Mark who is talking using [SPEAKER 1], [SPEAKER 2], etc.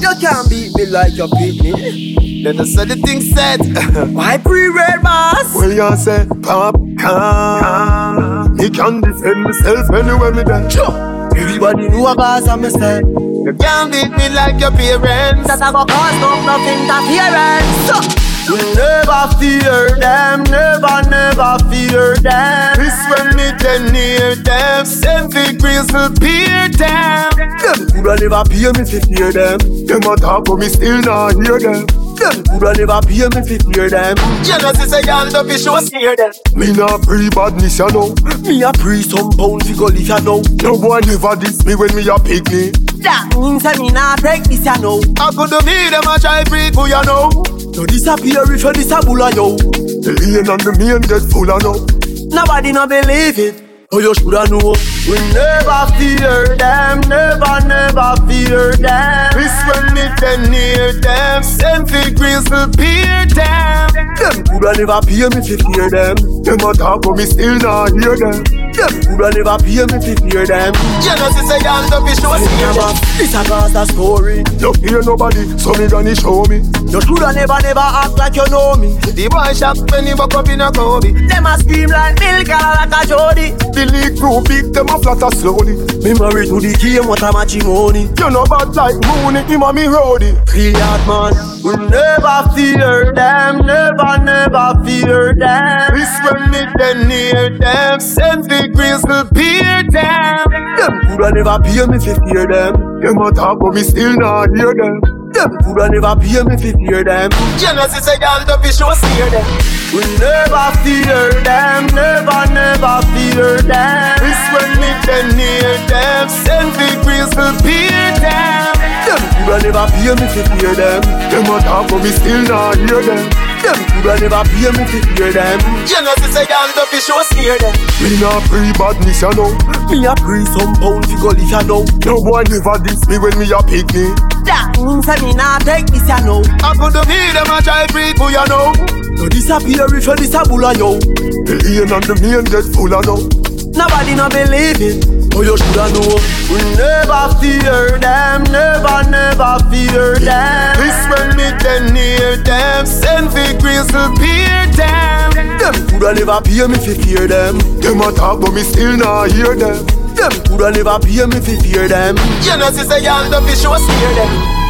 [SPEAKER 1] You can't beat me like you beat me.
[SPEAKER 2] Then I said the thing said.
[SPEAKER 1] Why pre-red mass?
[SPEAKER 2] well, you say, pop, come. Me can defend myself anywhere me die.
[SPEAKER 1] Everybody know a boss and me say
[SPEAKER 2] You can't beat me like your parents.
[SPEAKER 1] that I go cause no nothing interference. So, we never fear them, never, never fear them.
[SPEAKER 2] This when me get near them. Same big grizzle peer them.
[SPEAKER 1] Them coulda never pay me fi fear them.
[SPEAKER 2] Them a talk but me still not hear them.
[SPEAKER 1] Them coulda never pay me fi fear them.
[SPEAKER 2] Genesis a hand up, it shows near them. Me not pre-badness, you know.
[SPEAKER 1] Me a pre some pound fi go live ya now.
[SPEAKER 2] No boy never diss me when me a pick me.
[SPEAKER 1] That means I me not break this ya now.
[SPEAKER 2] I could do me, them a try free for you know.
[SPEAKER 1] No disappear if you disable a yo.
[SPEAKER 2] The lane and the main get full of know.
[SPEAKER 1] Nobody no believe it. Oh, you shoulda know. We never fear them, never, never fear them.
[SPEAKER 2] This when me get near them. Same big grizzle peer them.
[SPEAKER 1] Them coulda never pay me fi fear them.
[SPEAKER 2] Them a talk but me still not hear them.
[SPEAKER 1] Them coulda never pay me fi fear them.
[SPEAKER 2] Genesis a hand up, it shows near them.
[SPEAKER 1] This a cause a story.
[SPEAKER 2] Don't hear nobody, so me gonna show me.
[SPEAKER 1] You shoulda never, never act like you know me.
[SPEAKER 2] The boy shop when he woke up in a Kobe.
[SPEAKER 1] Them a scream like milk and like a jody.
[SPEAKER 2] The league grow big, them a flatter slowly.
[SPEAKER 1] Me married to the game, what a matrimony.
[SPEAKER 2] You know bad like Mooney, him and me roadie.
[SPEAKER 1] Feel that man. We never fear them, never, never fear them.
[SPEAKER 2] This when me then near them, send the grizzle peer them.
[SPEAKER 1] Them coulda never pay me fi fear them.
[SPEAKER 2] Them a talk but me still not hear them.
[SPEAKER 1] Them coulda never pay me fi fear them.
[SPEAKER 2] Genesis a hand up, it shows hear them.
[SPEAKER 1] We never fear them, never, never fear them.
[SPEAKER 2] This when me then near them, send the grizzle peer them.
[SPEAKER 1] Them coulda never pay me fi fear them.
[SPEAKER 2] Them a talk but me still not hear them.
[SPEAKER 1] Them coulda never pay me fi fear them.
[SPEAKER 2] Genesis a hand up, it shows hear them. Me not free badness, you know.
[SPEAKER 1] Me a pre some pound fi go live ya now.
[SPEAKER 2] No boy never diss me when me a pick me.
[SPEAKER 1] That means I me not take this ya now.
[SPEAKER 2] I could do me, them a try free for you know.
[SPEAKER 1] No disappear if you disable a yo.
[SPEAKER 2] The lane and the main get full of know.
[SPEAKER 1] Nobody no believe it. Oh, you shoulda know. We never fear them, never, never fear them.
[SPEAKER 2] This when me then near them, send the grizzle peer them.
[SPEAKER 1] Them coulda never pay me fi fear them.
[SPEAKER 2] Them a talk but me still not hear them.
[SPEAKER 1] Them coulda never pay me fi fear them.
[SPEAKER 2] Genesis a hand up, it shows hear them.